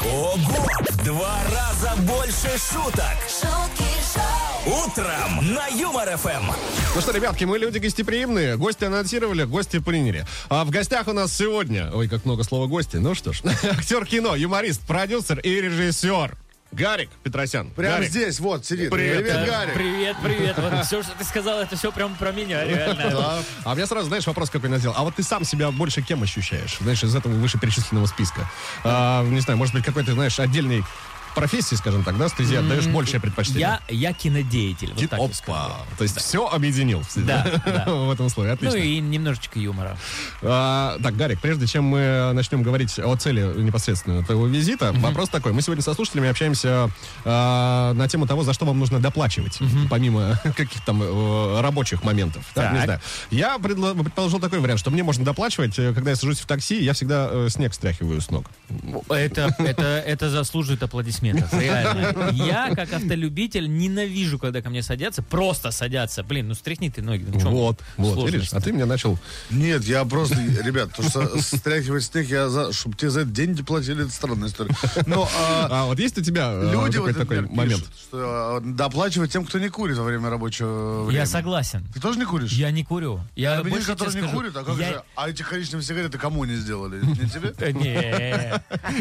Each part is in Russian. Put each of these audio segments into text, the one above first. Ого! В два раза больше шуток! шутки шоу, Утром на Юмор ФМ! Ну что, ребятки, мы люди гостеприимные. Гости анонсировали, гости приняли. А в гостях у нас сегодня... Ой, как много слова гости. Ну что ж, актер кино, юморист, продюсер и режиссер. Гарик Петросян. Прямо Гарик. здесь, вот, сидит. Привет, Привет, да. Гарик. Привет, привет. Вот все, что ты сказал, это все прям про меня, реально. А, а у меня сразу, знаешь, вопрос какой надел. А вот ты сам себя больше кем ощущаешь? Знаешь, из этого вышеперечисленного списка. А, не знаю, может быть, какой-то, знаешь, отдельной профессии, скажем так, да, стези отдаешь большее предпочтение. Я, я кинодеятель. Вот так вот скажу. Опа! То есть все объединил. Да, да. В этом слове, Ну отлично. и немножечко юмора. А, так, Гарик, прежде чем мы начнем говорить о цели непосредственно твоего визита, вопрос такой. Мы сегодня со слушателями общаемся а, на тему того, за что вам нужно доплачивать, помимо каких-то там э, рабочих моментов. да, Так. не знаю. Я предло- предположил такой вариант, что мне можно доплачивать, э, когда я сажусь в такси, я всегда э, снег стряхиваю с ног. Это, это, это заслуживает аплодисментов, реально. Я, как автолюбитель, ненавижу, когда ко мне садятся, просто садятся. Блин, ну стряхни ты ноги. Ну, в чём вот, вот, видишь, сложность? а ты мне начал... Нет, я просто, ребят, потому что стряхивать снег, я за, чтобы тебе за это деньги платили, это странная история. Но а, А вот есть у тебя э, люди вот какой-то такой момент? что а, доплачивать тем, кто не курит во время рабочего времени. Я согласен. Ты тоже не куришь? Я не курю. Я А видишь, больше тебе которые не скажу, курят, а как я- же? А эти коричневые сигареты кому не сделали? Не тебе? Э, Не,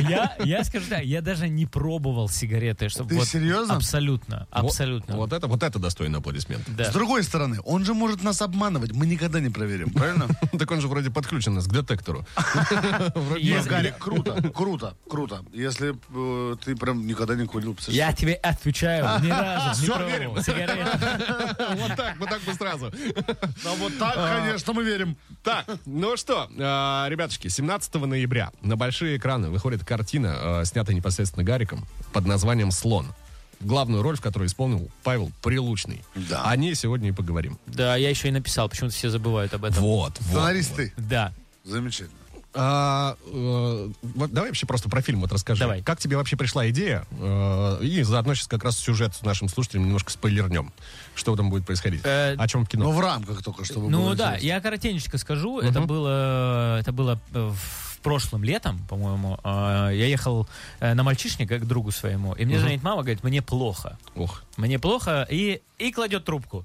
я, я скажу так, я даже не пробовал сигареты, чтобы Ты вот серьезно? абсолютно, Вот- абсолютно. Вот, это, вот это достойно аплодисмент. Да. С другой стороны, он же может нас обманывать, мы никогда не проверим, правильно? Так он же вроде подключен нас к детектору. Ну, Если- Гарик, круто, круто, круто. Если э, ты прям никогда не курил, представляешь? Я тебе отвечаю, ни разу не Всё, пробовал верим. сигареты. Вот так, вот так бы сразу. Да вот так, А, конечно, мы верим. Так, ну что, э, ребятушки, 17 ноября на большие экраны выходит картина, э, снятая непосредственно Гариком, под названием «Слон». Главную роль, в которой исполнил Павел Прилучный. Да. О ней сегодня и поговорим. Да, я еще и написал, почему-то все забывают об этом. Вот, вот. Сценаристы. Да. Замечательно. А, э, вот давай вообще просто про фильм вот расскажи. Давай. Как тебе вообще пришла идея? Э, и заодно сейчас как раз сюжет нашим слушателям немножко спойлернем. Что там будет происходить? Э, О чем кино? Но Ну, в рамках только, чтобы Ну было да, интересно. я коротенечко скажу. Это было, это было э, в прошлом летом, по-моему. Э, Я ехал э, на мальчишника к другу своему, и мне звонит мама, говорит, мне плохо, ну, Ох. мне плохо, и и кладет трубку.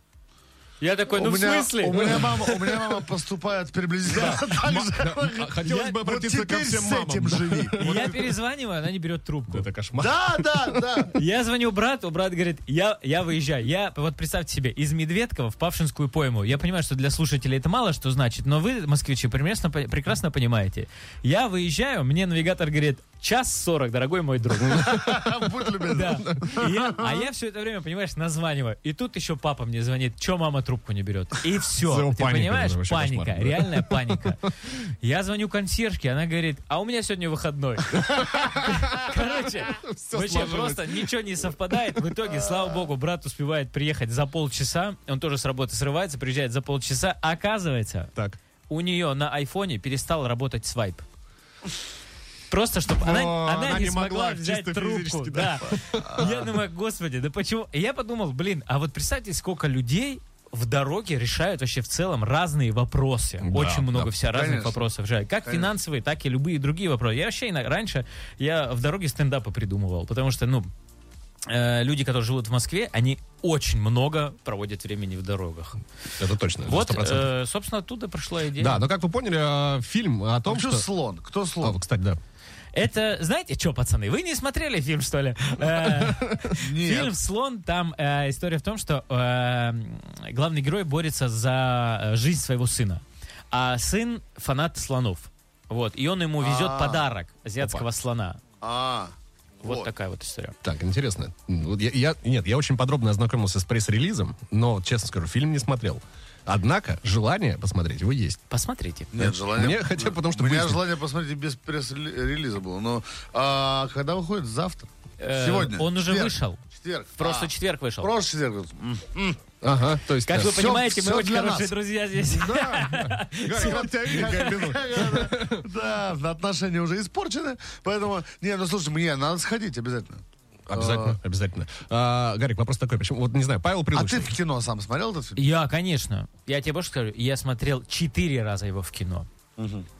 Я такой, ну у в меня, смысле? У меня, мама, у меня мама поступает приблизительно так а же. Хотелось бы Вот обратиться ко теперь всем с мамам. этим живи. И Я перезваниваю, она не берет трубку. Это кошмар. Да, да, да. Я звоню брату, брат говорит, я, я выезжаю. Я, вот представьте себе, из Медведкова в Павшинскую пойму. Я понимаю, что для слушателей это мало что значит, но вы, москвичи, примерно, по- прекрасно понимаете. Я выезжаю, мне навигатор говорит, час сорок, дорогой мой друг. Будь любезен. Да. И я- а я все это время, понимаешь, названиваю. И тут еще папа мне звонит, че мама трубку не берет. И все. Всё, Ты паника, понимаешь, да, вообще паника, кошмар, да. реальная паника. Я звоню консьержке, она говорит, а у меня сегодня выходной. Короче, Всё вообще сложилось. просто ничего не совпадает. В итоге, слава богу, брат успевает приехать за полчаса. Он тоже с работы срывается, приезжает за полчаса. Оказывается, Так. у нее на айфоне перестал работать свайп. Просто чтобы она, О, она она не, не смогла могла взять чисто трубку. физически, Да. да. Я думаю, господи, да почему? И Я подумал, блин, а вот представьте, сколько людей в дороге решают вообще в целом разные вопросы. Да, Очень много да, вся разных конечно. вопросов решают. Как Конечно. финансовые, так и любые другие вопросы. Я вообще иногда- раньше я в дороге стендапы придумывал, потому что, ну, э, люди, которые живут в Москве, они очень много проводят времени в дорогах. Это точно. Вот, 100%. э, собственно, оттуда пошла идея. Да, но как вы поняли, э, фильм о том, А что что... слон? Кто А, слон? вот, кстати, да. Это, знаете что, пацаны, вы не смотрели фильм, что ли? Э, Нет. Фильм «Слон», там э, история в том, что э, главный герой борется за э, жизнь своего сына. А сын фанат слонов. Вот, и он ему везет А. подарок азиатского Опа. слона. А, Вот, Вот. такая вот история. Так, интересно. Вот я- я- нет, я очень подробно ознакомился с пресс-релизом, но, честно скажу, фильм не смотрел. Однако желание посмотреть его есть. Посмотрите. нет, желание... Мне хотя бы потому, что У меня выяснить. желание посмотреть без пресс-релиза было. Но а, когда выходит? Завтра? Э, Сегодня? он уже Четверг. вышел. Четверг. В прошлый А, четверг вышел. прошлый четверг. М. Ага, то есть... Как да. вы Всё- понимаете, мы всё очень для хорошие нас. друзья здесь. Гарик, рад тебя видеть, Гарик Бенур. Да, отношения уже испорчены. Поэтому, не, ну слушай, мне надо сходить обязательно. Обязательно, обязательно. А, Гарик, вопрос такой, почему, вот не знаю, Павел А ты Прилучный. в кино сам смотрел этот фильм? Я, конечно. Я тебе больше скажу, я смотрел четыре раза его в кино.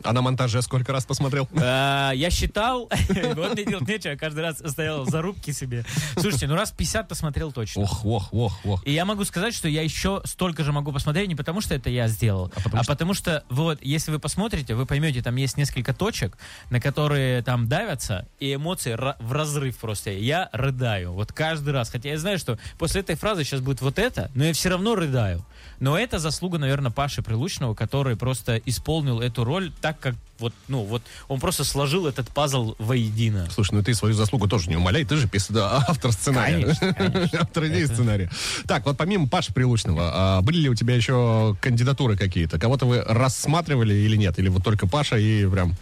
А на монтаже сколько раз посмотрел? А, Я считал, вот мне делать нечего, я каждый раз стоял за рубки себе. Слушайте, ну раз 50 посмотрел точно. Ох, ох, ох, ох. И я могу сказать, что я еще столько же могу посмотреть, не потому что это я сделал, а потому, что... вот, если вы посмотрите, вы поймете, там есть несколько точек, на которые там давятся, и эмоции ра- в разрыв просто. Я рыдаю, вот каждый раз. Хотя я знаю, что после этой фразы сейчас будет вот это, но я все равно рыдаю. Но это заслуга, наверное, Паши Прилучного, который просто исполнил эту роль так, как вот, ну, вот он просто сложил этот пазл воедино. Слушай, ну ты свою заслугу тоже не умоляй, ты же пис- да, автор сценария. Конечно, конечно. Автор идеи сценария. Так, вот помимо Паши Прилучного, а были ли у тебя еще кандидатуры какие-то? Кого-то вы рассматривали или нет? Или вот только Паша и прям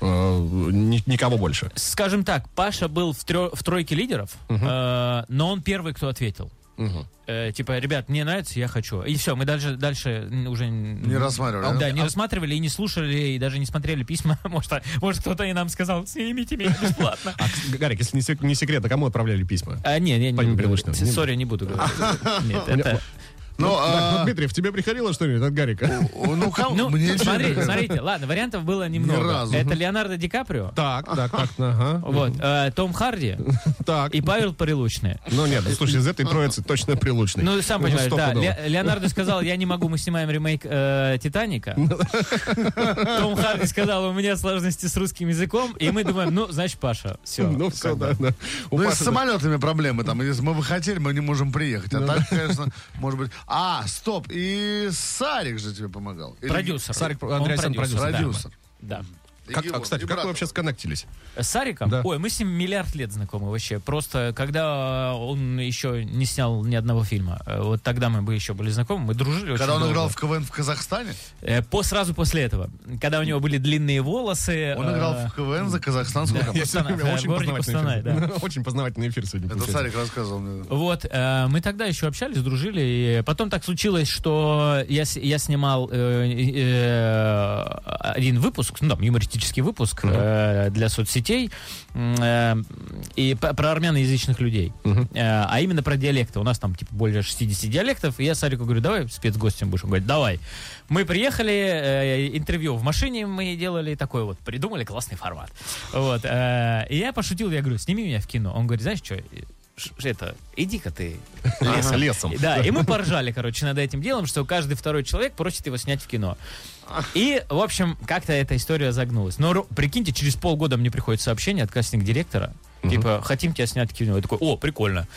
э, ни- никого больше? Скажем так, Паша был в, трё- в тройке лидеров, э, но он первый, кто ответил. Э, типа, ребят, мне нравится, я хочу. И все, мы дальше, дальше м, уже... а, Не рассматривали, Да, да? не рассматривали и не слушали, и даже не смотрели письма. Может, а- может кто-то и нам сказал, снимите меня бесплатно. Г- А, Гарик, если не сек- не секрет, а кому отправляли письма? А, не, не, не. Помимо буду говорить. Прилучного, не Сори, не буду говорить. Нет, это... Ну, Так, ну, а... Дмитриев, тебе приходило что-нибудь от Гарика? Ну, кому- Ну, мне чё- смотрите, смотрите, ладно, вариантов было немного. разу. Это Леонардо Ди Каприо, Так, так, так, ага. вот, э, Том Харди Так. и Павел Прилучный. Ну нет, ну, слушай, из этой троицы точно прилучный. Ну, сам понимаешь, да. стопудово. Ле- Леонардо сказал, я не могу, мы снимаем ремейк э, «Титаника». Ну. Том Харди сказал, у меня сложности с русским языком. И мы думаем, ну, значит, Паша, все. Ну, все, да, да. У Ну, и с Паши- самолетами проблемы там. Если мы бы хотели, мы не можем приехать. Ну А так, конечно, может быть... А, стоп, и Сарик же тебе помогал. Или- Продюсер. Сарик Он Андреасян продюсер. да. Продюсер. Да. И Как- а, его, кстати, и как вы брата. вообще сконнектились? С Сариком? Да. Ой, мы с ним миллиард лет знакомы вообще. Просто когда он еще не снял ни одного фильма, э, вот тогда мы бы еще были знакомы, мы дружили очень Когда он долго. играл в КВН в Казахстане, Э, По, сразу после этого, когда у него были длинные волосы. А. он э, играл в КВН за казахстанскую да. команду. Пустанай, всё время да, город познавательный Пустанай, эфир. Очень познавательный эфир сегодня. Это получается. Сарик рассказывал мне. Вот, э, мы тогда еще общались, дружили, и потом так случилось, что я, с- я снимал э, э, один выпуск, ну там юмористический выпуск э, для соцсетей, м, э, и п- про армяноязычных людей, Э, а именно про диалекты. У нас там типа более 60 диалектов, и я Сарику говорю, давай спецгостем будешь. Он говорит, давай. Мы приехали, э, интервью в машине мы делали, такой вот, придумали классный формат. Вот, э, и я пошутил, я говорю, сними меня в кино. Он говорит, знаешь что, Ш- это, иди-ка ты Лесом, лесом. да, и мы поржали, короче, над этим делом, что каждый второй человек просит его снять в кино. И, в общем, как-то эта история загнулась. Но ро- прикиньте, через полгода мне приходит сообщение от кастинг-директора, типа, хотим тебя снять в кино. Я такой, о, прикольно.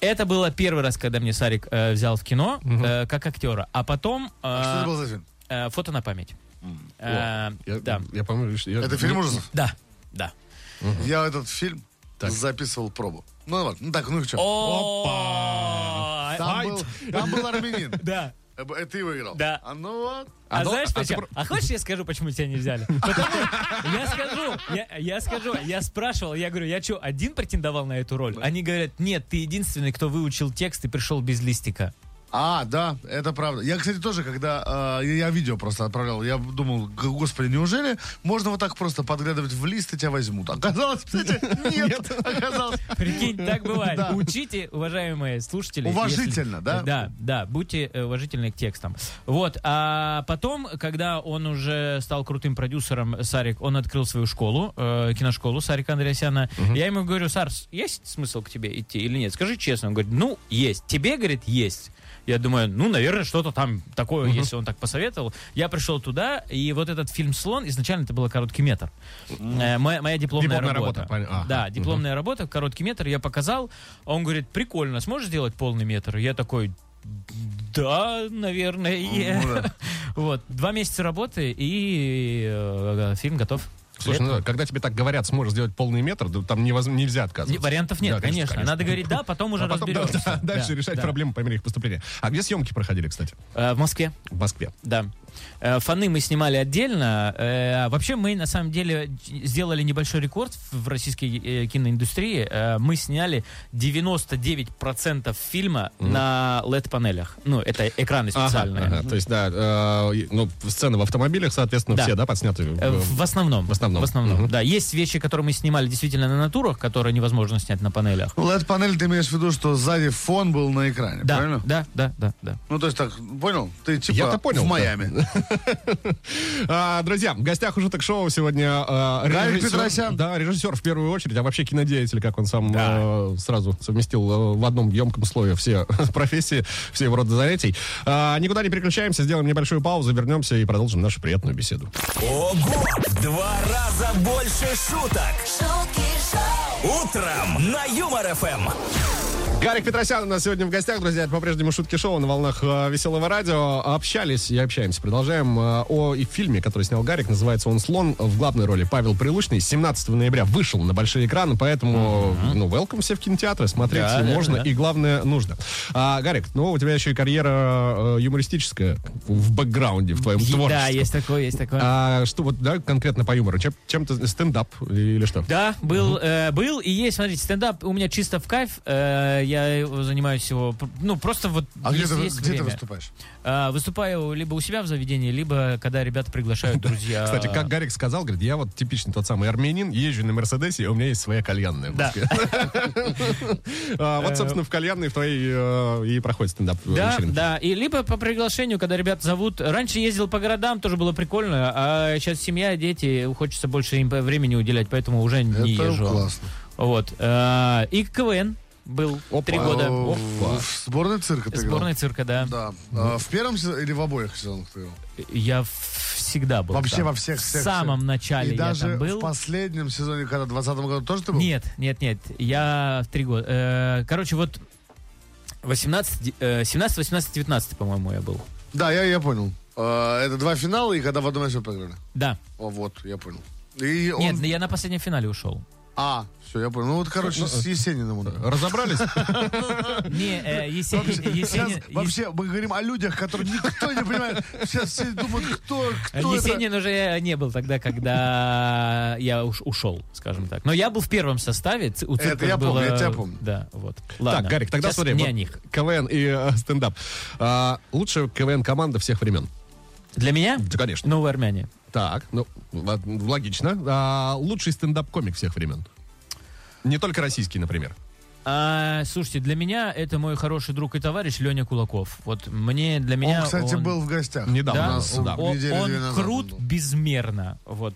Это было первый раз, когда мне Сарик э, взял в кино э, как актера, а потом э, Что это был за фильм? э, фото на память. Э, Я- да, Я помню, что я- Это фильм ужасов? да, да. Я этот фильм записывал пробу. Ну ладно, ну так, ну и что? Опа! Там был, там был армянин. Да. Э, б- э, Ты выиграл. Да. А ну вот. А, А то- знаешь а ты почему? про- А хочешь я скажу, почему тебя не взяли? Потому я скажу, я, я скажу, я спрашивал, я говорю, я что, один претендовал на эту роль? Они говорят, нет, ты единственный, кто выучил текст и пришел без листика. А, да, это правда. Я, кстати, тоже, когда э, я- я видео просто отправлял, я думал, г- господи, неужели можно вот так просто подглядывать в лист и тебя возьмут? Оказалось, кстати, нет. Оказалось. Прикинь, так бывает. Да. Учите, уважаемые слушатели. если- Уважительно, да? Да, да, будьте э, уважительны к текстам. Вот, а потом, когда он уже стал крутым продюсером, Сарик, он открыл свою школу, э, киношколу Сарика Андреасяна. Я ему говорю, Сарс, есть смысл к тебе идти или нет? Скажи честно. Он говорит, ну, есть. Тебе, говорит, есть. Я думаю, ну, наверное, что-то там такое, если он так посоветовал. Я пришел туда, и вот этот фильм «Слон», изначально это был короткий метр. Э, моя, моя дипломная, Дипломная работа, работа. понятно. Ага. Да, А, дипломная работа, короткий метр, я показал. А Он говорит, прикольно, сможешь сделать полный метр? Я такой, да, наверное. Ну да. Вот, два месяца работы, и э, фильм готов. Слушай, ну, когда тебе так говорят, сможешь сделать полный метр, да там невоз- нельзя Не- отказываться. Вариантов нет, ну, Да, конечно, Надо говорить да, потом уже А потом, да, разберемся. да, дальше Да, решать да. проблемы по мере их поступления. А где съемки проходили, кстати? Э, в Москве. В Москве. Да. Э, Фаны мы снимали отдельно. Э, Вообще мы на самом деле сделали небольшой рекорд в в российской э, киноиндустрии. Э, Мы сняли 99% фильма на LED-панелях. Ну, это экраны специальные. Ага, ага. То есть, да, э, ну, сцены в автомобилях, соответственно, Да. все, да, подсняты. Э, в- В в основном. Эм, В основном. В основном, Мгм. да. Есть вещи, которые мы снимали действительно на натурах, которые невозможно снять на панелях. Ну, LED-панель, ты имеешь в виду, что сзади фон был на экране, Да, правильно? да, да, да, да. Ну, то есть так, понял? Ты типа Я-то понял, в да. Майами. А, Друзья, в гостях уже ток-шоу сегодня а, Гарик режиссер- Петросян. Да, режиссер в первую очередь, а вообще кинодеятель, как он сам Да. э, сразу совместил э, в одном емком слове все профессии, все его роды занятий. А, Никуда не переключаемся, сделаем небольшую паузу, вернемся и продолжим нашу приятную беседу. Ого! В Два раза больше шуток. шутки шоу, Утром на Юмор ФМ. Гарик Петросян у нас сегодня в гостях, друзья, это по-прежнему шутки шоу на волнах э, веселого радио. Общались и общаемся. Продолжаем э, о и фильме, который снял Гарик, называется он "Слон". В главной роли Павел Прилучный 17 ноября вышел на большие экраны, поэтому ну welcome все в кинотеатры, смотреть Да, да, можно да. и главное нужно. А, Гарик, ну у тебя еще и карьера э, юмористическая в бэкграунде в твоем творчестве. Да, есть такое, есть такое. Эм, А что вот да конкретно по юмору? Чем, чем-то стендап или что? Да, был, э, был и есть. Смотрите, стендап у меня чисто в кайф. Э, я занимаюсь его, пр- ну просто вот. А где, если ты, есть где ты время. выступаешь? А, выступаю либо у себя в заведении, либо когда ребята приглашают друзья. Кстати, как Гарик сказал, говорит, я вот типичный тот самый армянин, езжу на Мерседесе, и у меня есть своя кальянная в Да. Э. Москве. А, Вот, собственно, в кальянной в твоей э, и проходит стендап Да, вечеринки. да. И либо по приглашению, когда ребят зовут. Раньше ездил по городам, тоже было прикольно, а сейчас семья, дети, хочется больше им времени уделять, поэтому уже не Это езжу. классно. Вот. А, И КВН был три года. А, Опа. В сборной цирка ты играл? Сборная цирка, да. Да. А, в первом сезоне или в обоих сезонах ты играл? Я в- всегда был. Вообще там. во всех, В всех, самом всех. начале И я даже там был. в последнем сезоне, когда в 20 году тоже ты был? Нет, нет, нет. Я в три года. Э, Короче, вот 18, де- э, 17, 18, 19, по-моему, я был. Да, я, я понял. А, Это два финала, и когда в одном все проиграли. Да. О, вот, я понял. И он... Нет, я на последнем финале ушел. А, все, я понял. Ну вот, короче, с э. Есениным он. Разобрались? Не, э, Есенин- Сейчас Есенин- Ес- вообще мы говорим о людях, которые никто не понимает. Сейчас все думают, кто, кто это. Есенин уже не был тогда, когда я уш- ушел, скажем так. Но я был в первом составе. ц- У Это цирка я было... помню, я тебя помню. Да, вот. Ладно. Так, Гарик, тогда Сейчас смотри. Не вот о них. КВН и э, стендап. А, Лучшая КВН-команда всех времен. Для меня? Да, конечно. Новые армяне. Так, ну, л- логично. А, Лучший стендап-комик всех времен. Не только российский, например. А, слушайте, для меня это мой хороший друг и товарищ Леня Кулаков. Вот мне для меня. Он, кстати, он- был в гостях. Недавно. Да, У нас, он, да. он- недели он две назад крут он был. безмерно. Вот.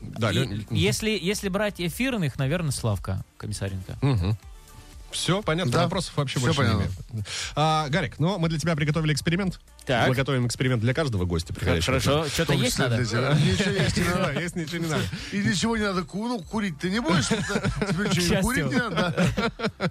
Да, И- Лёня- если, если брать эфирных, наверное, Славка Комиссаренко. Все понятно, Да. вопросов вообще Всё больше не понятно. имею. А, Гарик, ну мы для тебя приготовили эксперимент. Так. Мы готовим эксперимент для каждого гостя. приходящего. Хорошо, В что-то том есть числе надо? для тебя. а Ничего есть не Не надо. надо, Если ничего не надо. И ничего не надо. Ку- Ну, курить ты не будешь. Тебе что, и счастью. курить не надо? Да.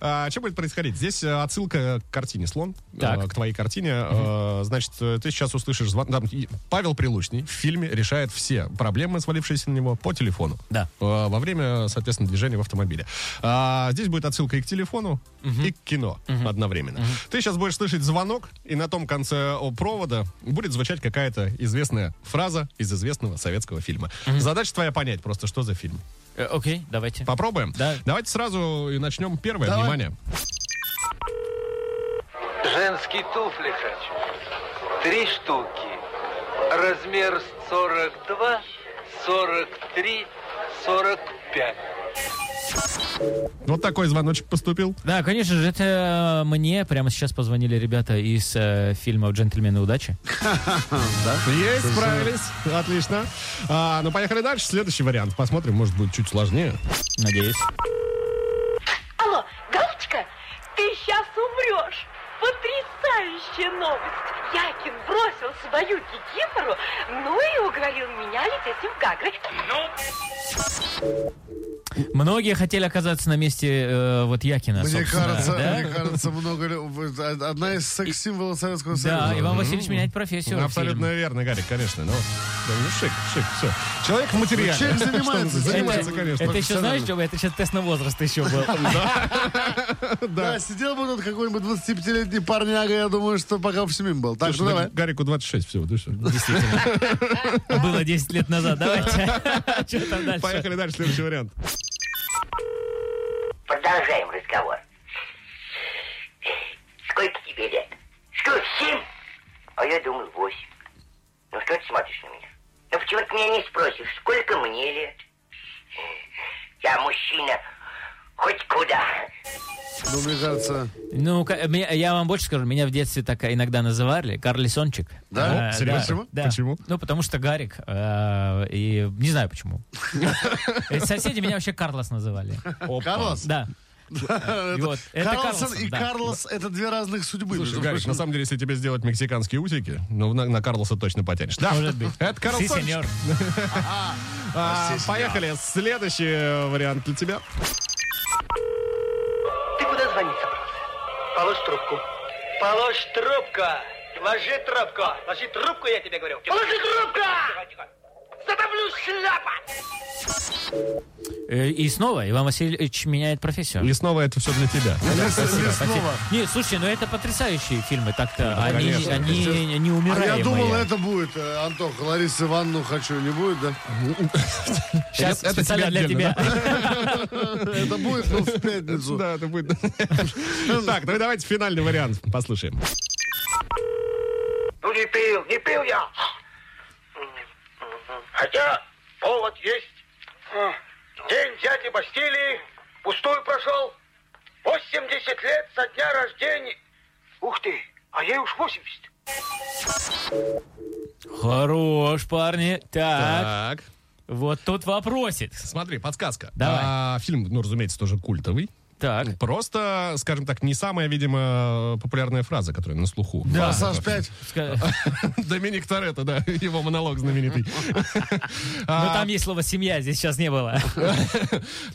А, что будет происходить? Здесь э, отсылка к картине «Слон», э, Так. к твоей картине. Э, Значит, э, ты сейчас услышишь звон... там, и- Павел Прилучный в фильме решает все проблемы, свалившиеся на него, по телефону. Да. Э, Во время, соответственно, движения в автомобиле. А, Здесь будет отсылка и к телефону, и к кино одновременно. Ты сейчас будешь слышать звонок, и на том конце о, провода будет звучать какая-то известная фраза из известного советского фильма. Задача твоя понять просто, что за фильм. Э, Окей, давайте. Попробуем? Да. Давайте сразу и начнем. Первое, Давай. внимание. Женские туфли хочу. Три штуки. Размер 42, 43, 45. Вот такой звоночек поступил. Да, конечно же, это э, мне прямо сейчас позвонили ребята из э, фильма «Джентльмены удачи». Есть, справились. Отлично. А, ну, поехали дальше. Следующий вариант. Посмотрим, может быть, чуть сложнее. Надеюсь. Алло, Галочка, ты сейчас умрешь. Потрясающая новость. Якин бросил свою Кикимору, ну и уговорил меня лететь в Гагры. Многие хотели оказаться на месте э, вот Якина, Мне собственно, кажется, да? мне кажется, много... лю- Одна из секс-символов Советского Союза. Да, Иван Васильевич меняет профессию. Ну, Абсолютно фильм. верно, Гарик, конечно. Ну, да, ну, шик, шик, все. Человек в материале. Человек Что занимается, надо? занимается, Это- конечно. Это еще, знаешь, Джоба, это сейчас тест на возраст еще был. Ну, Да, сидел бы тут какой-нибудь 25-летний парняга, я думаю, что пока в семье был. Так что Слушай, давай. Гарику 26 всего, ты что? Действительно. Было 10 лет назад. Давайте. Что там дальше? Поехали дальше, следующий вариант. Продолжаем разговор. Сколько тебе лет? Что, семь? А я думал, восемь. Ну что ты смотришь на меня? Ну почему ты меня не спросишь, сколько мне лет? Я мужчина Хоть куда. Ну, мне кажется... Ну, ка- меня- я вам больше скажу, меня в детстве так иногда называли Карлисончик. Да? Э, Серьёзно? Почему? Да. Почему? Ну, потому что Гарик, э, и не знаю почему. Э, Соседи меня вообще Карлос называли. Карлос? Да. Это Вот, это Карлсон и Карлсон, да. Карлос — это две разных судьбы. Слушай, между Гарик, прочим. на самом деле, если тебе сделать мексиканские усики, ну, на, на Карлоса точно потянешь. Да, Может быть. Это Си, Карлсон. сеньор. А, Си, сеньор. поехали. Следующий э, вариант для тебя. Ты куда звонить собрался? Положь трубку. Положь трубку! Ложи трубку! Ложи трубку, я тебе говорю! Положи трубку! Затоплю шляпа! Э, И снова Иван Васильевич меняет профессию. И снова это все для тебя. Леснова. Не, слушай, ну это потрясающие фильмы так-то. Они, конечно. они, не А умираемые. я думал, это будет. э, Антох, Ларису Ивановну хочу, не будет, да? Сейчас это специально тебе для отдельно, тебя. Это будет, но в пятницу. Да, это будет. Так, ну и давайте финальный вариант послушаем. Ну, не пил, не пил я. Хотя повод есть. А. День дяди Бастилии пустую прошел. 80 лет со дня рождения. Ух ты, а ей уж 80. Хорош, парни. Так, вот тут вопросик. Смотри, подсказка. Давай. А, Фильм, ну, разумеется, тоже культовый. Так. Просто, скажем так, не самая, видимо, популярная фраза, которая на слуху. Да. Пассаж 5. Ска- Доминик Торетто, да, его монолог знаменитый. Ну там есть слово «семья», здесь сейчас не было.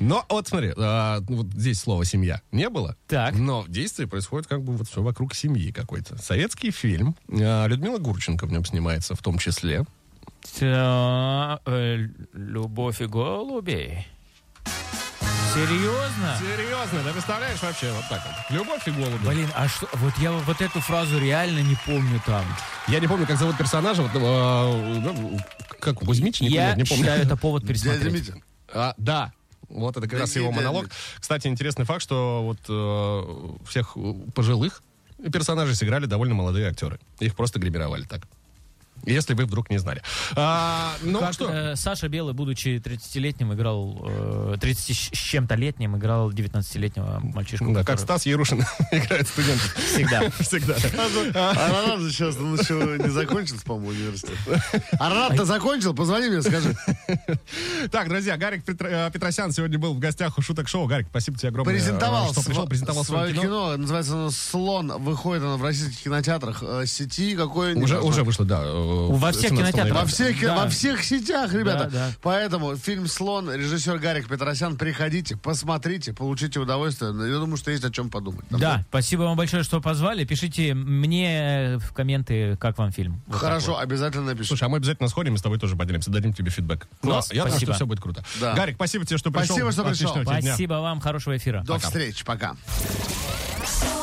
Но вот смотри, а, ну, вот здесь слова «семья» не было. Так. Но действие происходит как бы вот все вокруг семьи какой-то. Советский фильм. А, Людмила Гурченко в нем снимается в том числе. Та- э, Любовь и голуби. Серьезно? Серьезно, ты представляешь вообще вот так вот? Любовь и голуби. Блин, а что? Вот я вот эту фразу реально не помню там. Я не помню, как зовут персонажа. Вот, а, ну, как у Кузьмича, не, я помню, не помню. считаю, это повод Дядя пересмотреть. Митя. А, да. Вот это как раз Дорогие его дяди. монолог. Кстати, интересный факт, что вот э, всех э, пожилых персонажей сыграли довольно молодые актеры. Их просто гримировали так. Если вы вдруг не знали. А, ну Как, что? э, Саша Белый, будучи 30-летним, играл... э, 30 с чем-то летним, играл 19-летнего мальчишку. Ну Да, как который Стас Ярушин играет студентов Всегда. всегда. А, Арарат же сейчас он еще не закончил, по-моему, университет. Арарат-то закончил? Позвони мне, скажи. Так, друзья, Гарик Петро- э, Петросян сегодня был в гостях у Шуток Шоу. Гарик, спасибо тебе огромное, э, Презентовал, что сво- пришел, презентовал свое кино. Называется оно «Слон». Выходит оно в российских кинотеатрах. э, Сети какой Уже, уже вышло, да. э, Во всех 17 ноября. кинотеатрах. Во всех, Да. во всех сетях, ребята. Да, да. Поэтому фильм «Слон», режиссер Гарик Петросян, приходите, посмотрите, получите удовольствие. Я думаю, что есть о чем подумать. Там Да, спасибо вам большое, что позвали. Пишите мне в комменты, как вам фильм. будет. Вот Хорошо, обязательно напишу. Слушай, а мы обязательно сходим и с тобой тоже поделимся, дадим тебе фидбэк. Класс, Но я думаю, спасибо. что все будет круто. Да. Гарик, спасибо тебе, что пришел. Спасибо, что пришел. Отличного так тебе вот. дня. Спасибо вам, хорошего эфира. До встречи, пока. шоу